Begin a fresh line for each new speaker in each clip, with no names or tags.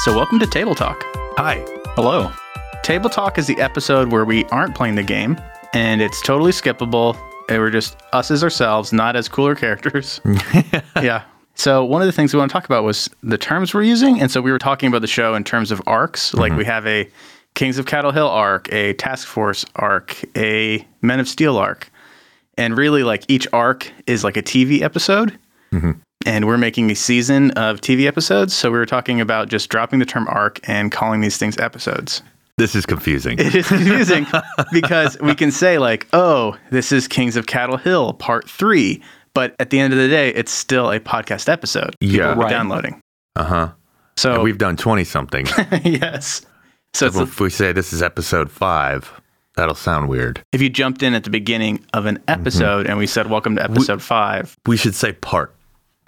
So, welcome to Table Talk.
Hi.
Hello. Table Talk is the episode where we aren't playing the game and it's totally skippable. And we're just us as ourselves, not as cooler characters. yeah. So, one of the things we want to talk about was the terms we're using. And so, we were talking about the show in terms of arcs. Like, we have a Kings of Cattle Hill arc, a Task Force arc, a Men of Steel arc. And really, like, each arc is like a TV episode and we're making a season of TV episodes. So we were talking about just dropping the term arc and calling these things episodes.
This is confusing.
It is confusing because we can say, like, oh, this is Kings of Cattle Hill part three. But at the end of the day, it's still a podcast episode.
Yeah.
People are
Right.
downloading.
Uh huh.
So,
We've done 20 something.
yes. So it's,
if we say this is episode five, that'll sound weird.
if you jumped in at the beginning of an episode and Mm-hmm. we said, welcome to episode five.
We should say part,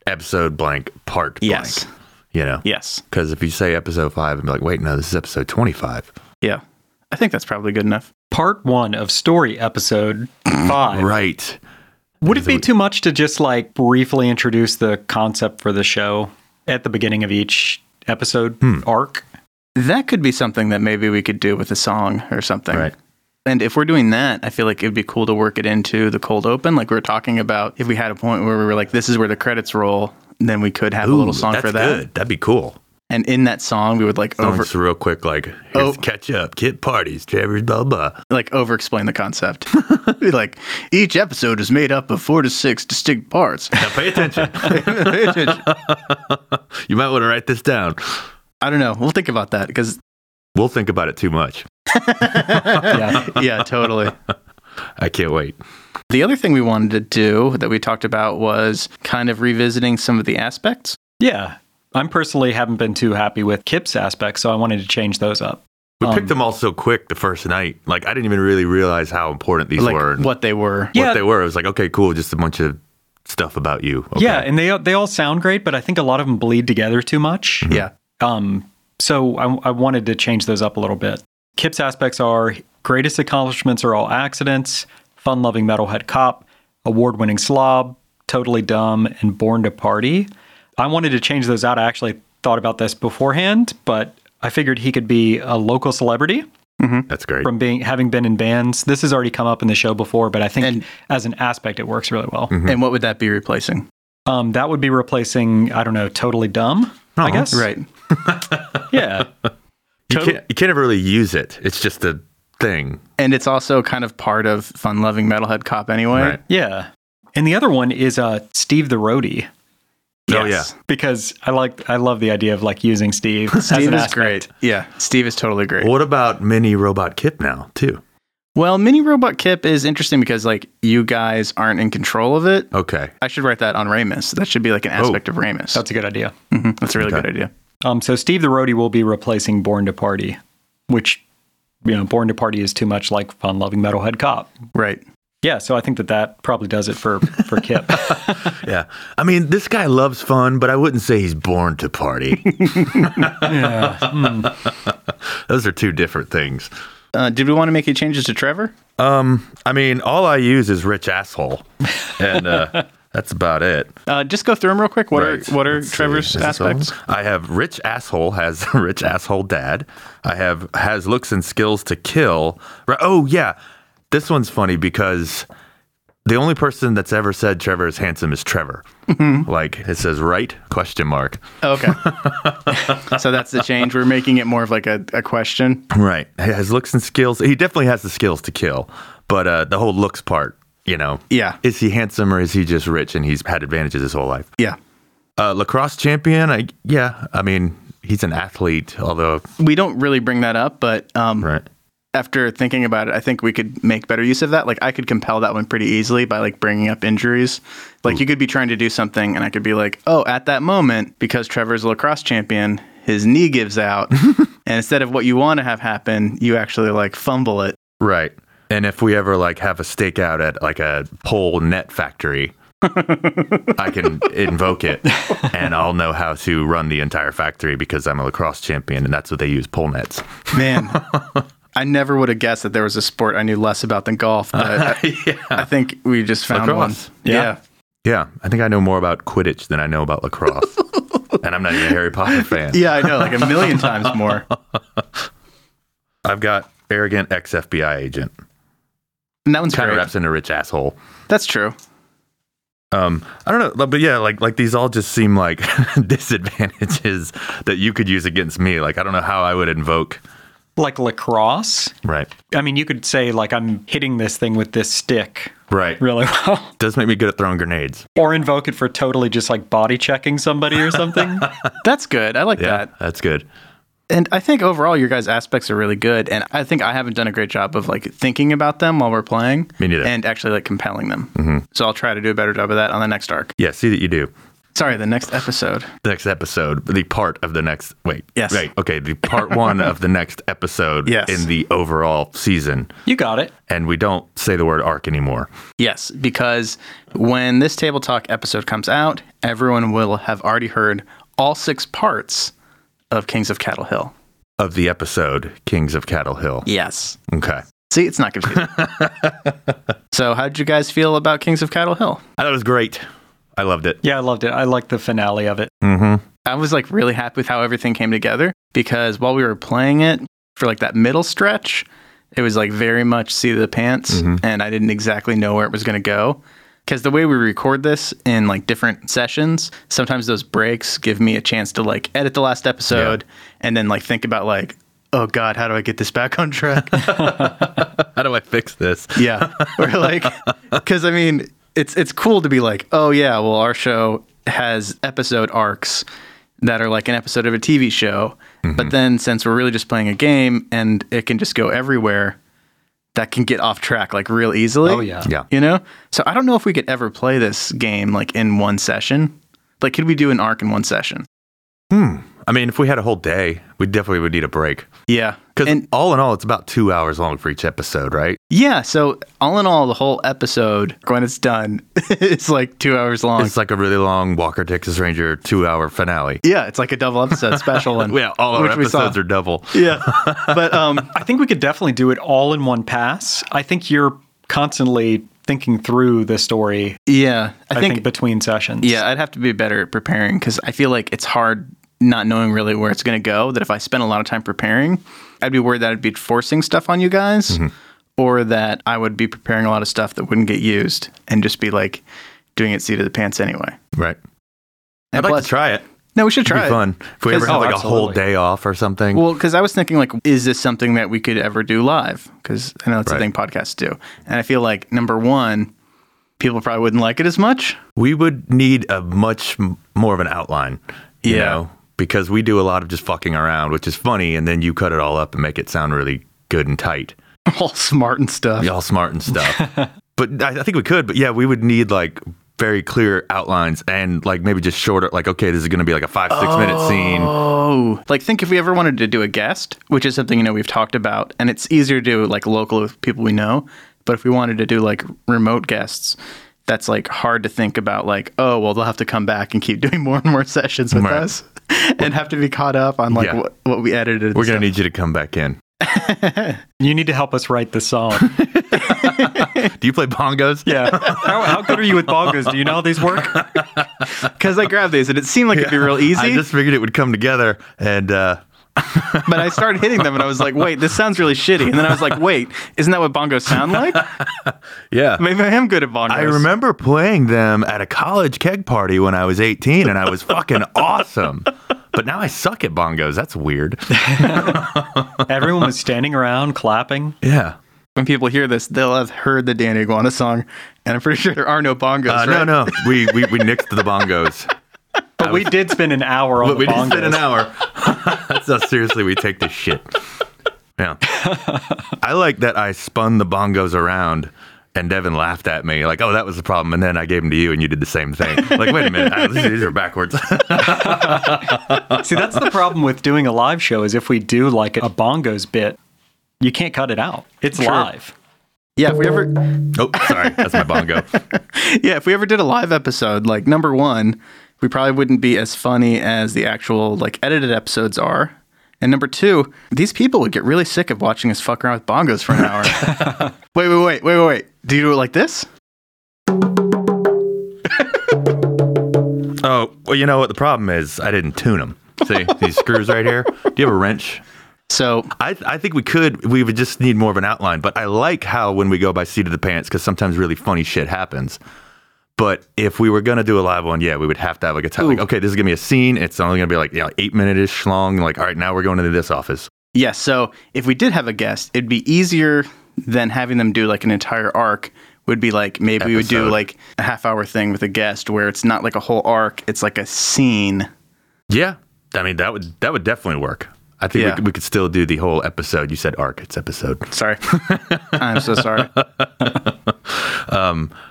episode blank, part
Yes.
blank. You know?
Yes.
Because if you say episode five and be like, wait, no, this is episode 25.
Yeah. I think that's probably good enough.
Part one of story episode five.
Right.
Would it be too much to just like briefly introduce the concept for the show at the beginning of each episode
Hmm.
arc?
That could be something that maybe we could do with a song or something.
Right.
And if we're doing that, I feel like it'd be cool to work it into the cold open. Like we were talking about, if we had a point where we were like, this is where the credits roll, then we could have a little
Ooh,
song
that's
for that.
Good. That'd be cool.
And in that song, we would like over
Over. real quick, like, here's
Oh.
catch up, kid parties, Travers, blah, blah.
like over explain the concept. Be like each episode is made up of four to six distinct parts.
Now pay attention.
I
you might want to write this down.
don't know. We'll think about that because
We'll think about it too much.
Yeah.
yeah, totally.
I can't wait.
The other thing we wanted to do that we talked about was kind of revisiting some of the aspects.
yeah. I'm personally haven't been too happy with Kip's aspects, so I wanted to change those up.
We
Um,
picked them all so quick the first night. Like I didn't even really realize how important these
like
were and what
what they were.
Yeah.
they were. It was like, okay, cool, just a bunch of stuff about you. Okay.
Yeah, and they they all sound great, but I think a lot of them bleed together too
Hmm.
much.
Mm-hmm.
Yeah.
Um, so I, I wanted to change those up a little bit. Kip's aspects are greatest accomplishments are all accidents, fun loving metalhead cop, award winning slob, totally dumb, and born to party. I wanted to change those out. I actually thought about this beforehand, but I figured he could be a local celebrity
That's great.
from being having been in bands. This has already come up in the show before, but I think
And-
as an aspect, it works really well.
Mm-hmm.
And what would that be replacing?
Um, that would be replacing, I don't know, totally dumb. I
Oh,
guess.
Uh-huh, Right.
Yeah.
you
total-
can't you can't ever really use it. It's just a thing.
And it's also kind of part of fun loving metalhead cop anyway.
Right.
Yeah. And the other one is uh, Steve the roadie
Oh,
because I like I love the idea of like using Steve. as
Steve
an
is
aspect.
great. Yeah. Steve is totally great.
What about mini robot Kip now too?
Well, Mini Robot Kip is interesting because like you guys aren't in control of it.
Okay.
I should write that on Ramus. That should be like an aspect of Ramus.
That's a good idea.
Mhm. That's a really
Oh. Okay.
good idea.
Um, so Steve the roadie will be replacing Born to Party, which you know Born to Party is too much like fun loving metalhead cop.
Right.
Yeah. So I think that that probably does it for for Kip.
Yeah. I mean, this guy loves fun, but I wouldn't say he's born to party.
Hmm.
Those are two different things.
Uh, did we want to make any changes to Trevor?
I mean, all I use is rich asshole. And uh, that's about it.
Uh, just go through them real quick. What
Right.
are what are
Let's see.
Trevor's
Is this
aspects?
all? I have rich asshole has rich asshole dad. I have has looks and skills to kill. Ri- Oh yeah, this one's funny because the only person that's ever said Trevor is handsome is Trevor.
Mm-hmm.
Like it says right question mark.
Okay. Oh, so that's the change. We're making it more of like a, a question.
Right. He has looks and skills. He definitely has the skills to kill, but uh, the whole looks part, you know.
Yeah.
Is he handsome or is he just rich and he's had advantages his whole life?
Yeah.
Uh, lacrosse champion. I yeah. I mean, he's an athlete, although
We don't really bring that up, but um,
right.
after thinking about it, I think we could make better use of that. Like I could compel that one pretty easily by like bringing up injuries. Like you could be trying to do something, and I could be like, "Oh, at that moment, because Trevor's a lacrosse champion, his knee gives out, and instead of what you want to have happen, you actually like fumble it."
Right. And if we ever like have a stakeout at like a pole net factory, I can invoke it and I'll know how to run the entire factory because I'm a lacrosse champion and that's what they use pole nets.
Man, I never would have guessed that there was a sport I knew less about than golf, but I, I think we just found
Lacrosse.
one.
Yeah.
yeah.
Yeah, I think I know more about Quidditch than I know about lacrosse. and I'm not even a Harry Potter fan.
Yeah, I know, like a million times more.
I've got arrogant ex FBI agent.
And that one's
Kind of
great.
wraps into rich asshole.
That's true.
Um, I don't know, but yeah, like like these all just seem like disadvantages that you could use against me. Like I don't know how I would invoke.
Like lacrosse.
Right.
I mean, you could say, like, I'm hitting this thing with this stick
Right.
really well,
Does make me good at throwing grenades.
or invoke it for totally just like body checking somebody or something.
That's good. I like
Yeah,
that.
that's good.
And I think overall, your guys' aspects are really good. And I think I haven't done a great job of like thinking about them while we're playing.
Me neither. Mm-hmm.
And actually like compelling them. So I'll try to do a better job of that on the next arc.
Yeah, see that you do.
Sorry, the next episode.
The next episode, the part of the next. Wait.
Yes.
Right. Okay. The part one of the next episode
Yes.
in the overall season,
you got it.
and we don't say the word arc anymore.
Yes, because when this Table Talk episode comes out, everyone will have already heard all six parts of Kings of Cattle Hill.
Of the episode, Kings of Cattle Hill.
Yes.
Okay.
See, it's not confusing. so, how did you guys feel about Kings of Cattle Hill?
I thought it was great. I loved it.
Yeah, I loved it. I liked the finale of it.
Mm-hmm.
I was like really happy with how everything came together because while we were playing it for like that middle stretch, it was like very much seat of the pants, and I didn't exactly know where it was going to go. Because the way we record this in like different sessions, sometimes those breaks give me a chance to like edit the last episode and then like think about like, oh God, how do I get this back on track?
How do I fix this?
Yeah. Or like cuz I mean, it's it's cool to be like, "Oh yeah, well our show has episode arcs that are like an episode of a TV show."
Mm-hmm.
But then since we're really just playing a game and it can just go everywhere, that can get off track like real easily.
Oh, yeah.
Yeah.
You know? So I don't know if we could ever play this game like in one session. Like could we do an arc in one session?
I mean, if we had a whole day, we definitely would need a break.
Yeah.
Because
And
all in all, it's about two hours long for each episode, right?
yeah, so all in all the whole episode when it's done it's like 2 hours long.
It's like a really long Walker Texas Ranger two hour finale.
Yeah, it's like a double episode special one.
Yeah, all our
which we saw.
episodes are double.
Yeah, but um,
I think we could definitely do it all in one pass. I think you're constantly thinking through the story,
yeah, I,
I think,
think,
between sessions.
yeah, I'd have to be better at preparing because I feel like it's hard not knowing really where it's going to go. That if I spent a lot of time preparing, I'd be worried that I'd be forcing stuff on you guys,
Mm-hmm.
or that I would be preparing a lot of stuff that wouldn't get used and just be like doing it seat of the pants anyway.
Right.
And
I'd like
plus-
to try it.
No, we should
It'd
try
be
it.
fun. If we ever
'Cause-
have
oh,
like a whole
absolutely.
day off or something.
Well, because I was thinking, like, is this something that we could ever do live? Because I know it's
Right.
a thing podcasts do, and I feel like number one, people probably wouldn't like it as much.
we would need a much m- more of an outline. You
Yeah.
Know? Because we do a lot of just fucking around, which is funny, and then you cut it all up and make it sound really good and tight.
all smart and stuff.
Y'all smart and stuff. but I, I think we could, but yeah, we would need like very clear outlines and like maybe just shorter, like, okay, this is going to be like a five, six minute scene.
Oh, like think if we ever wanted to do a guest, which is something you know we've talked about, and it's easier to do like local with people we know. But if we wanted to do like remote guests, that's like hard to think about. Like, oh well, they'll have to come back and keep doing more and more sessions with
Right.
us, and have to be caught up on like
Yeah.
what, what we edited. and
We're going
stuff.
to need you to come back in.
You need to help us write the song.
Do you play bongos?
yeah. How, how good are you with bongos? Do you know how these work?
because I grabbed these and it seemed like it'd be real
I
easy,
just figured it would come together and uh,
but I started hitting them and I was like, wait, this sounds really shitty. And then I was like, wait, isn't that what bongos sound like?
yeah.
Maybe I am good at bongos.
I remember playing them at a college keg party when I was 18 and I was fucking awesome. But now I suck at bongos. That's weird.
Everyone was standing around clapping.
Yeah.
when people hear this, they'll have heard the Danny Iguana song, and I'm pretty sure there are no bongos.
Uh,
right?
No, no. We, we, we nixed the bongos.
But we did spend an hour on
But
the
we didn't
bongos.
spend an hour. That's how seriously we take this shit. Yeah. I like that I spun the bongos around and Devin laughed at me like, oh, that was the problem. And then I gave them to you and you did the same thing. Like, wait a minute. I- These are backwards.
See, that's the problem with doing a live show is if we do like a bongos bit, you can't cut it out. It's live.
Yeah, if we ever,
oh, sorry. That's my bongo.
yeah, if we ever did a live episode, like number one, we probably wouldn't be as funny as the actual like edited episodes are. And number two, these people would get really sick of watching us fuck around with bongos for an hour. wait, wait, wait, wait, wait, wait. Do you do it like this?
Oh, Well, you know what? The problem is I didn't tune them. See these screws right here? Do you have a wrench?
So
I, I think we could. We would just need more of an outline. But I like how when we go by seat of the pants, because sometimes really funny shit happens. But if we were gonna do a live one, yeah, we would have to have like a time. Like, okay, this is gonna be a scene. It's only gonna be like you know, eight minute ish long. Like, all right, now we're going into this office.
Yes. So if we did have a guest, it'd be easier than having them do like an entire arc. Would be like maybe we would do
Episode.
like a half hour thing with a guest where it's not like a whole arc, it's like a scene.
Yeah, I mean that would that would definitely work. I think
Yeah.
we, could, we could still do the whole episode. You said arc. It's episode.
Sorry. I'm so sorry.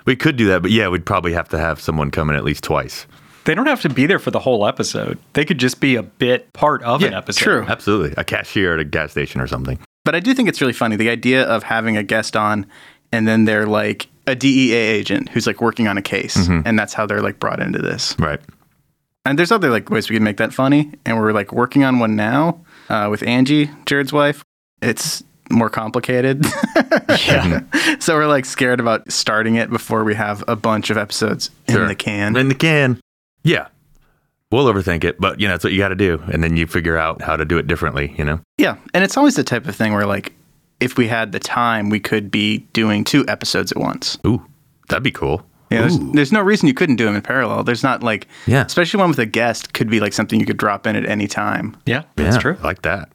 We could do that, but yeah, we'd probably have to have someone come in at least twice.
They don't have to be there for the whole episode. They could just be a bit part of an
Yeah,
episode.
true.
Absolutely, a cashier at a gas station or something.
But I do think it's really funny the idea of having a guest on and then they're like a DEA agent who's like working on a case and that's how they're like brought into this.
Right.
And there's other like ways we could make that funny and we're like working on one now uh, with Angie, Jared's wife. It's more complicated.
Yeah.
So we're like scared about starting it before we have a bunch of episodes in
Sure.
the can.
In the can. Yeah. We'll overthink it, but you know, that's what you got to do. And then you figure out how to do it differently, you know?
Yeah. And it's always the type of thing where like if we had the time, we could be doing two episodes at once.
Ooh, that'd be cool.
Yeah, there's,
Ooh.
there's no reason you couldn't do them in parallel. There's not like,
Yeah.
especially one with a guest could be like something you could drop in at any time.
Yeah, that's
Yeah,
true.
I like that.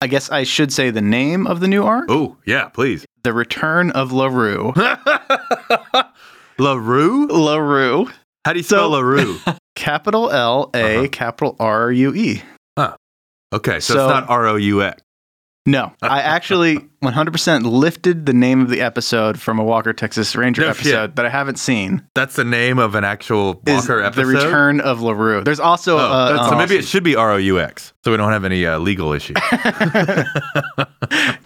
I guess I should say the name of the new arc
Oh, yeah, please.
The Return of LaRue.
LaRue?
LaRue,
How do you spell LaRue?
capital L A,
Uh-huh.
capital R U E.
Okay, so,
So-
it's not R O U X.
No, I actually 100% lifted the name of the episode from a Walker, Texas Ranger
No shit.
episode that I haven't seen.
That's the name of an actual
Is
Walker episode.
The Return of LaRue. There's also.
Oh,
uh,
that's- so
um,
maybe it should be R O U X, so we don't have any uh, legal issue.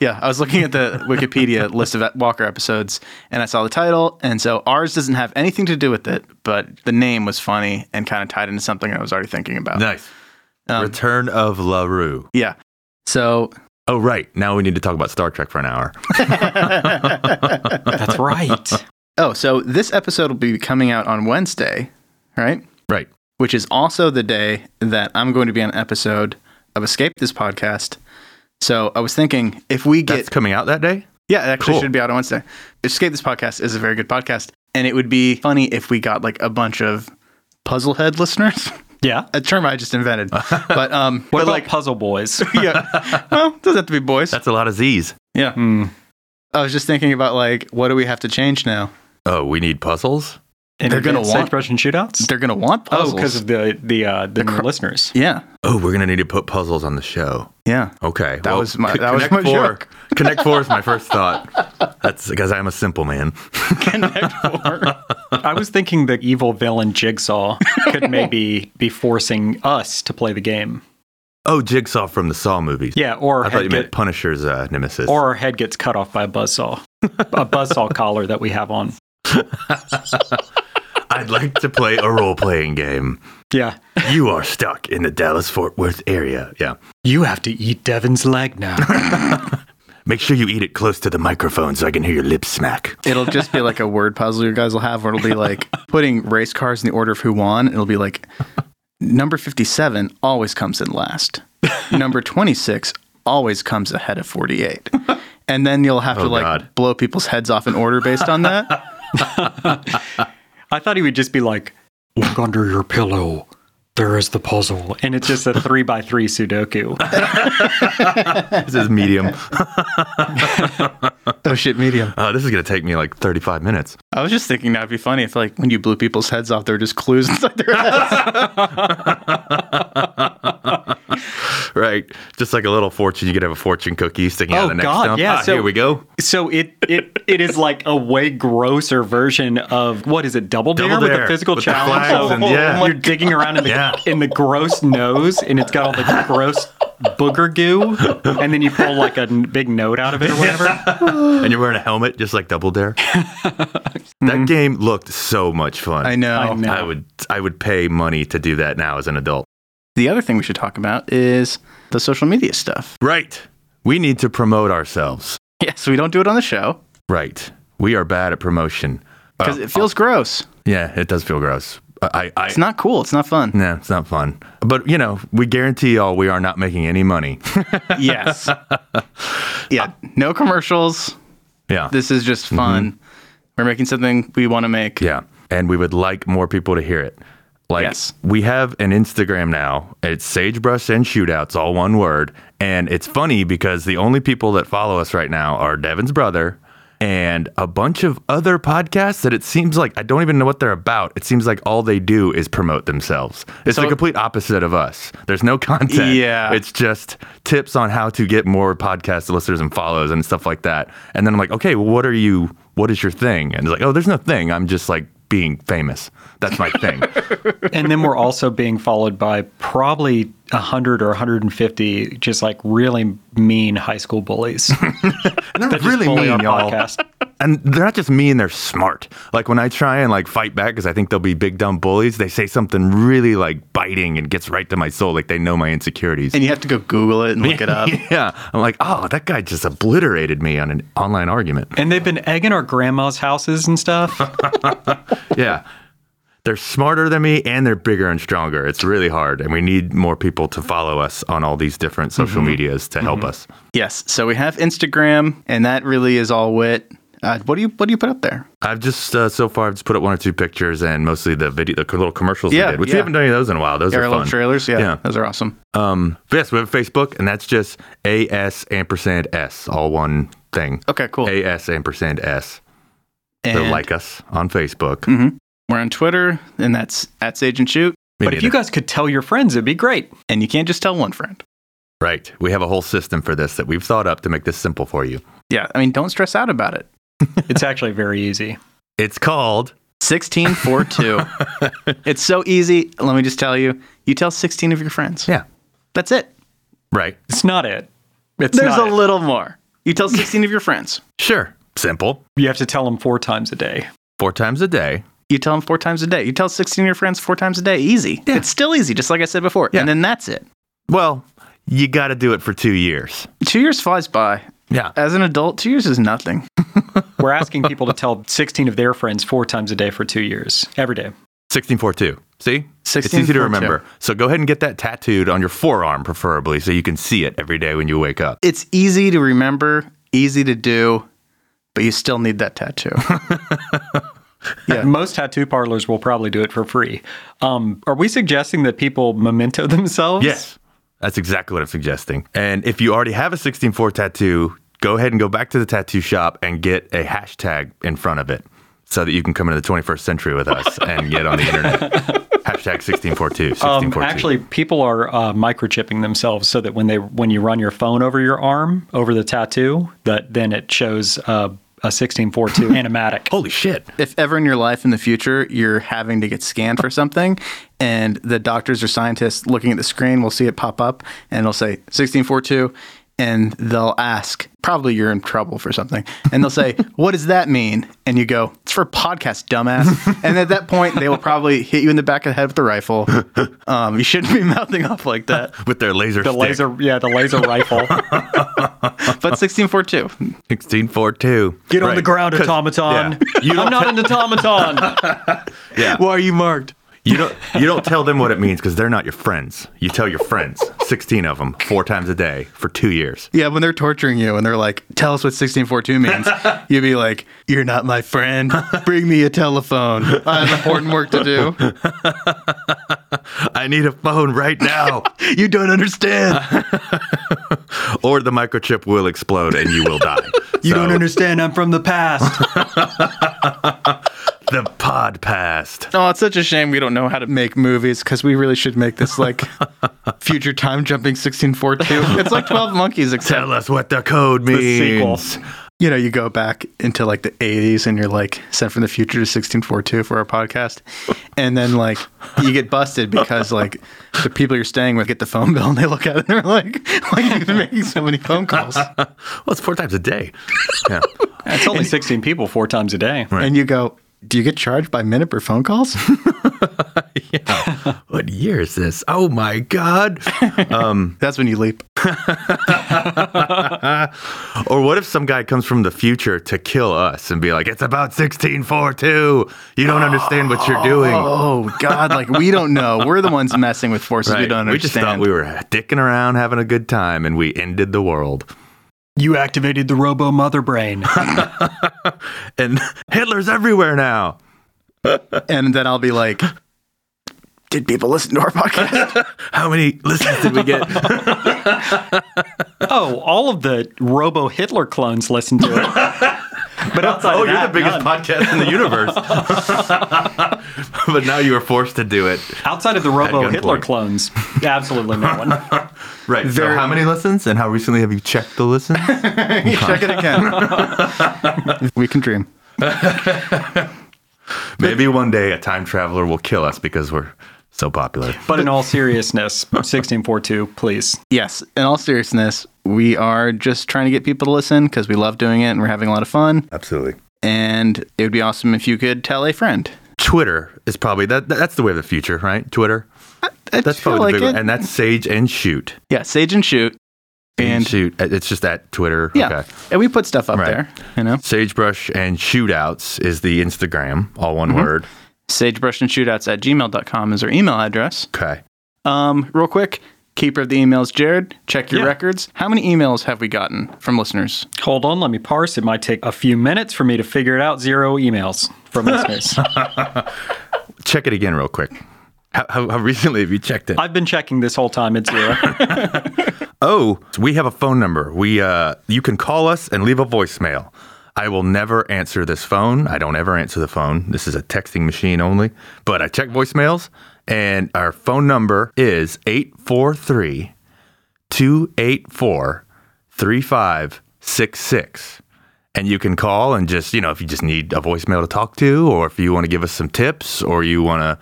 Yeah, I was looking at the Wikipedia list of e, Walker episodes and I saw the title. And so ours doesn't have anything to do with it, but the name was funny and kind of tied into something I was already thinking about.
nice. Return of LaRue.
Yeah. So
Oh, right. Now we need to talk about Star Trek for an hour.
That's right.
Oh, so this episode will be coming out on Wednesday, right?
Right.
Which is also the day that I'm going to be on an episode of Escape This Podcast. So I was thinking if we get
That's coming out that day?
Yeah, it actually
Cool.
should be out on Wednesday. Escape This Podcast is a very good podcast. And it would be funny if we got like a bunch of puzzle head listeners.
Yeah.
a term I just invented. But um
What
but
about
like
Puzzle Boys?
yeah. Well, it doesn't have to be boys.
That's a lot of Z's.
yeah.
Hmm.
I was just thinking about like what do we have to change now?
Oh, we need puzzles?
And
They're gonna
advanced
want-
Sagebrush and shootouts.
They're gonna want
Oh,
puzzles.
because of the the uh, the, new listeners.
Yeah.
Oh, we're gonna need to put puzzles on the show.
Yeah.
Okay,
That was my- that was
Connect
my
four.
joke.
Connect four is my first thought. That's because I'm a simple man.
I was thinking the evil villain Jigsaw could maybe be forcing us to play the game.
Oh, Jigsaw from the Saw movies.
Yeah, or
I
head
thought you
get-
meant Punisher's uh, nemesis.
or our head gets cut off by a buzzsaw. a buzzsaw collar that we have on.
I'd like to play a role-playing game.
Yeah.
You are stuck in the Dallas-Fort Worth area. Yeah.
You have to eat Devin's leg now.
Make sure you eat it close to the microphone so I can hear your lips smack.
It'll just be like a word puzzle you guys will have where it'll be like putting race cars in the order of who won. It'll be like number 57 always comes in last. Number 26 always comes ahead of 48. And then you'll have to
Oh,
like
God.
blow people's heads off in order based on that.
I thought he would just be like,
Look under your pillow. There is the puzzle.
and it's just a three by three Sudoku.
This is medium.
oh shit, medium.
Uh, this is gonna take me like 35 minutes.
I was just thinking that'd be funny if like when you blew people's heads off, there were just clues inside their heads.
Right. Just like a little fortune, you could have a fortune cookie sticking out
Oh,
of the next
God,
stump.
yeah,
Ah,
so-
here we go.
So it, it it is like a way grosser version of what is it, double dare
Double
with the
Dare,
physical
with the
challenge?
flags
So
and- yeah.
You're digging around in the
Yeah.
in the gross nose and it's got all the gross booger goo and then you pull like a n- big note out of it or whatever.
and you're wearing a helmet just like Double Dare. that game looked so much fun.
I know.
Mm-hmm. I know.
I would I would pay money to do that now as an adult.
The other thing we should talk about is the social media stuff.
Right. We need to promote ourselves.
Yes, we don't do it on the show
Right. We are bad at promotion.
because
Oh,
it feels gross.
yeah, it does feel gross. I, I
It's not cool. It's not fun.
no, it's not fun. But you know, we guarantee y'all we are not making any money.
yes. Yeah. No commercials.
yeah.
This is just fun. We're making something we want to make.
Mm-hmm. Yeah. And we would like more people to hear it. Like
Yes.
we have an Instagram now. It's Sagebrush and Shootouts, all one word. And it's funny because the only people that follow us right now are Devin's brother and a bunch of other podcasts that it seems like I don't even know what they're about. It seems like all they do is promote themselves. It's the
So-
complete opposite of us. There's no content.
Yeah.
It's just tips on how to get more podcast listeners and follows and stuff like that. And then I'm like, okay, well, what are you? What is your thing? And it's like, oh, there's no thing. I'm just like being famous. That's my thing.
and then we're also being followed by probably 100 or 150 just like really mean high school bullies
and they're
that just
really
bully
mean,
our
y'all.
podcast.
And they're not just mean; they're smart. Like when I try and like fight back because I think they'll be big dumb bullies, they say something really like biting and gets right to my soul. Like they know my insecurities.
And you have to go Google it and look it up.
yeah, I'm like, oh, that guy just obliterated me on an online argument.
And they've been egging our grandma's houses and stuff.
Yeah. They're smarter than me and they're bigger and stronger. It's really hard. And we need more people to follow us on all these different social medias to help us.
Yes. So we have Instagram, and that really is all wit. Uh, what do you What do you put up there?
I've just, uh, so far, I've just put up one or two pictures and mostly the video, the little commercials we
Yeah,
did, which we
yeah.
haven't done any of those in a while. Those are
Parallel
fun.
trailers. Yeah,
Yeah.
those are awesome.
But yes, we have Facebook and that's just AS ampersand S, all one thing.
Okay, cool.
AS ampersand S. So
and Mm, Mm-hmm.
like us on Facebook.
we're on Twitter, and that's at Sage and Shoot.
Me
but if you
neither.
guys could tell your friends, it'd be great.
And you can't just tell one friend.
right. We have a whole system for this that we've thought up to make this simple for you.
Yeah, I mean, don't stress out about it.
It's actually very easy.
It's called
Sixteen four two. It's so easy. Let me just tell you. You tell sixteen of your friends.
Yeah.
That's it.
Right.
It's not it. It's
There's
not
a
it.
little more. You tell sixteen of your friends.
Sure. Simple.
you have to tell them four times a day.
Four times a day.
You tell them four times a day. You tell sixteen of your friends four times a day. Easy. It's still easy, just like I said before.
Yeah.
And then that's it.
Well, you got to do it for two years.
Two years flies by.
Yeah.
As an adult, two years is nothing.
We're asking people to tell 16 of their friends four times a day for two years, every day.
1642. See? It's
16
easy to
four
remember.
two.
So go ahead and get that tattooed on your forearm, preferably, so you can see it every day when you wake up.
It's easy to remember, easy to do, but you still need that tattoo. Yeah.
Uh, Most tattoo parlors will probably do it for free. Um, are we suggesting that people memento themselves?
Yes. That's exactly what I'm suggesting. And if you already have a 164 tattoo, go ahead and go back to the tattoo shop and get a hashtag in front of it so that you can come into the 21st century with us and get on the internet. hashtag 1642.
Um,
1642.
actually, people are uh, microchipping themselves so that when they when you run your phone over your arm over the tattoo, that then it shows uh, a 1642 animatic.
holy shit.
if ever in your life in the future you're having to get scanned for something and the doctors or scientists looking at the screen will see it pop up and it'll say 1642 and they'll ask probably you're in trouble for something and they'll say what does that mean and you go it's for podcast dumbass and at that point they will probably hit you in the back of the head with a rifle um, you shouldn't be mouthing off like that
With their laser
The
stick.
laser, yeah, the laser rifle.
but 1642
Sixteen four two.
Get on the ground, automaton.
yeah. You
I'm not an automaton.
Yeah.
why are you marked
You don't you don't tell them what it means because they're not your friends. You tell your friends, sixteen of them, four times a day for two years.
Yeah, when they're torturing you and they're like, "Tell us what 1642 means," you'd be like, "You're not my friend. Bring me a telephone. I have important work to do.
I need a phone right now,
You don't understand.
or the microchip will explode and you will die.
You
So,
don't understand. I'm from the past.
The pod passed.
Oh, it's such a shame we don't know how to make movies because we really should make this like future time jumping 1642. It's like 12 Monkeys, except
Tell us what the code
sequel.
means.
you know you go back into like the 80s and you're like sent from the future to 1642 for our podcast, and then like you get busted because like the people you're staying with get the phone bill and they look at it and they're like, "Why are you even making so many phone calls?"
Well, it's four times a day. Yeah.
It's only 16 people four times a day.
and you go, "Do you get charged by minute per phone calls?"
Yeah. what year is this? Oh my God.
That's when you leap.
Or what if some guy comes from the future to kill us and be like, it's about 1642. You don't understand what you're doing.
Oh God! Like we don't know. We're the ones messing with forces we
Right.
don't understand.
just thought we were dicking around, having a good time, and we ended the world.
You activated the robo mother brain.
And Hitler's everywhere now.
and then I'll be like, "Did people listen to our podcast?"
How many listens did we get?
oh, all of the robo Hitler clones listen to it. But outside
oh,
of
you're
that,
the biggest
none.
podcast in the universe. but now you were forced to do it.
outside of the robo Hitler
gunpoint.
clones, absolutely no one.
Right.
Very-
so how many listens and how recently have you checked the listens?
Check it again. we can dream.
Maybe one day a time traveler will kill us because we're so popular.
But in all seriousness, 1642, please.
Yes. In all seriousness, we are just trying to get people to listen because we love doing it and we're having a lot of fun.
Absolutely.
And it would be awesome if you could tell a friend.
Twitter is probably that. that- That's the way of the future, right? Twitter.
I
That's
feel
probably the
like
big
it.
one, and that's Sage and Shoot.
yeah, Sage and Shoot. And
Shoot. uh, It's just at Twitter.
yeah,
Okay.
and we put stuff up
Right.
there. You know,
Sagebrush and Shootouts is the Instagram, all one word.
sagebrush and shootouts at gmail.com is our email address.
Okay.
Um, real quick, keeper of the emails, Jared. Check your
Yeah.
records. How many emails have we gotten from listeners?
Hold on, let me parse. It might take a few minutes for me to figure it out. Zero emails from listeners.
Check it again real quick. How, how, how recently have you checked it?
I've been checking this whole time. It's zero.
Oh, we have a phone number. We uh, you can call us and leave a voicemail. I will never answer this phone. I don't ever answer the phone. This is a texting machine only. But I check voicemails and our phone number is 843 284 3566. And you can call and just, you know, if you just need a voicemail to talk to or if you want to give us some tips or you want to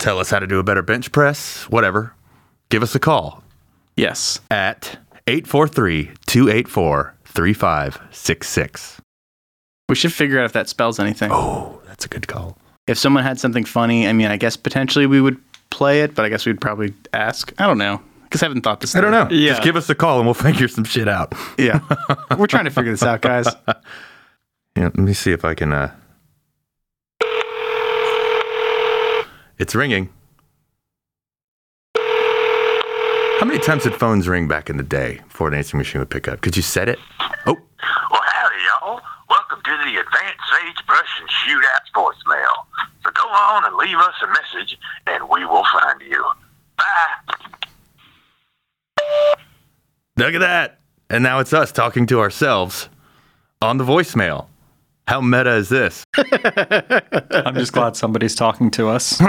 tell us how to do a better bench press, whatever, give us a call
Yes.
at 843-284-3566.
We should figure out if that spells anything.
Oh, that's a good call.
If someone had something funny, I mean, I guess potentially we would play it, but I guess we'd probably ask. I don't know. Because I haven't thought this.
I don't know.
Yeah.
Just give us a call and we'll figure some shit out.
Yeah. We're trying to figure this out, guys.
Yeah, let me see if I can uh It's ringing. How many times did phones ring back in the day before an answering machine would pick up? Could you set it? Oh,
Well, howdy, y'all. Welcome to the Advanced Sagebrush and Shootouts voicemail. So go on and leave us a message, and we will find you. Bye.
look at that. And now it's us talking to ourselves on the voicemail. How meta is this?
I'm just glad somebody's talking to us.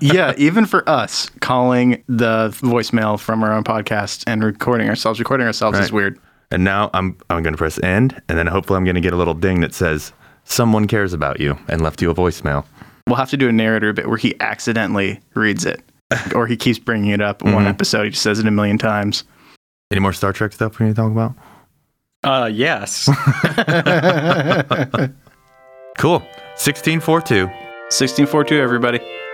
yeah. Even for us, calling the voicemail from our own podcast and recording ourselves, recording ourselves is
Right.
weird.
And now I'm I'm going to press end, and then hopefully I'm going to get a little ding that says someone cares about you and left you a voicemail.
We'll have to do a narrator bit where he accidentally reads it or he keeps bringing it up in one episode. He just says it a million times.
Any more Star Trek stuff we need to talk about?
Uh, yes.
Cool. 1642.
1642, everybody.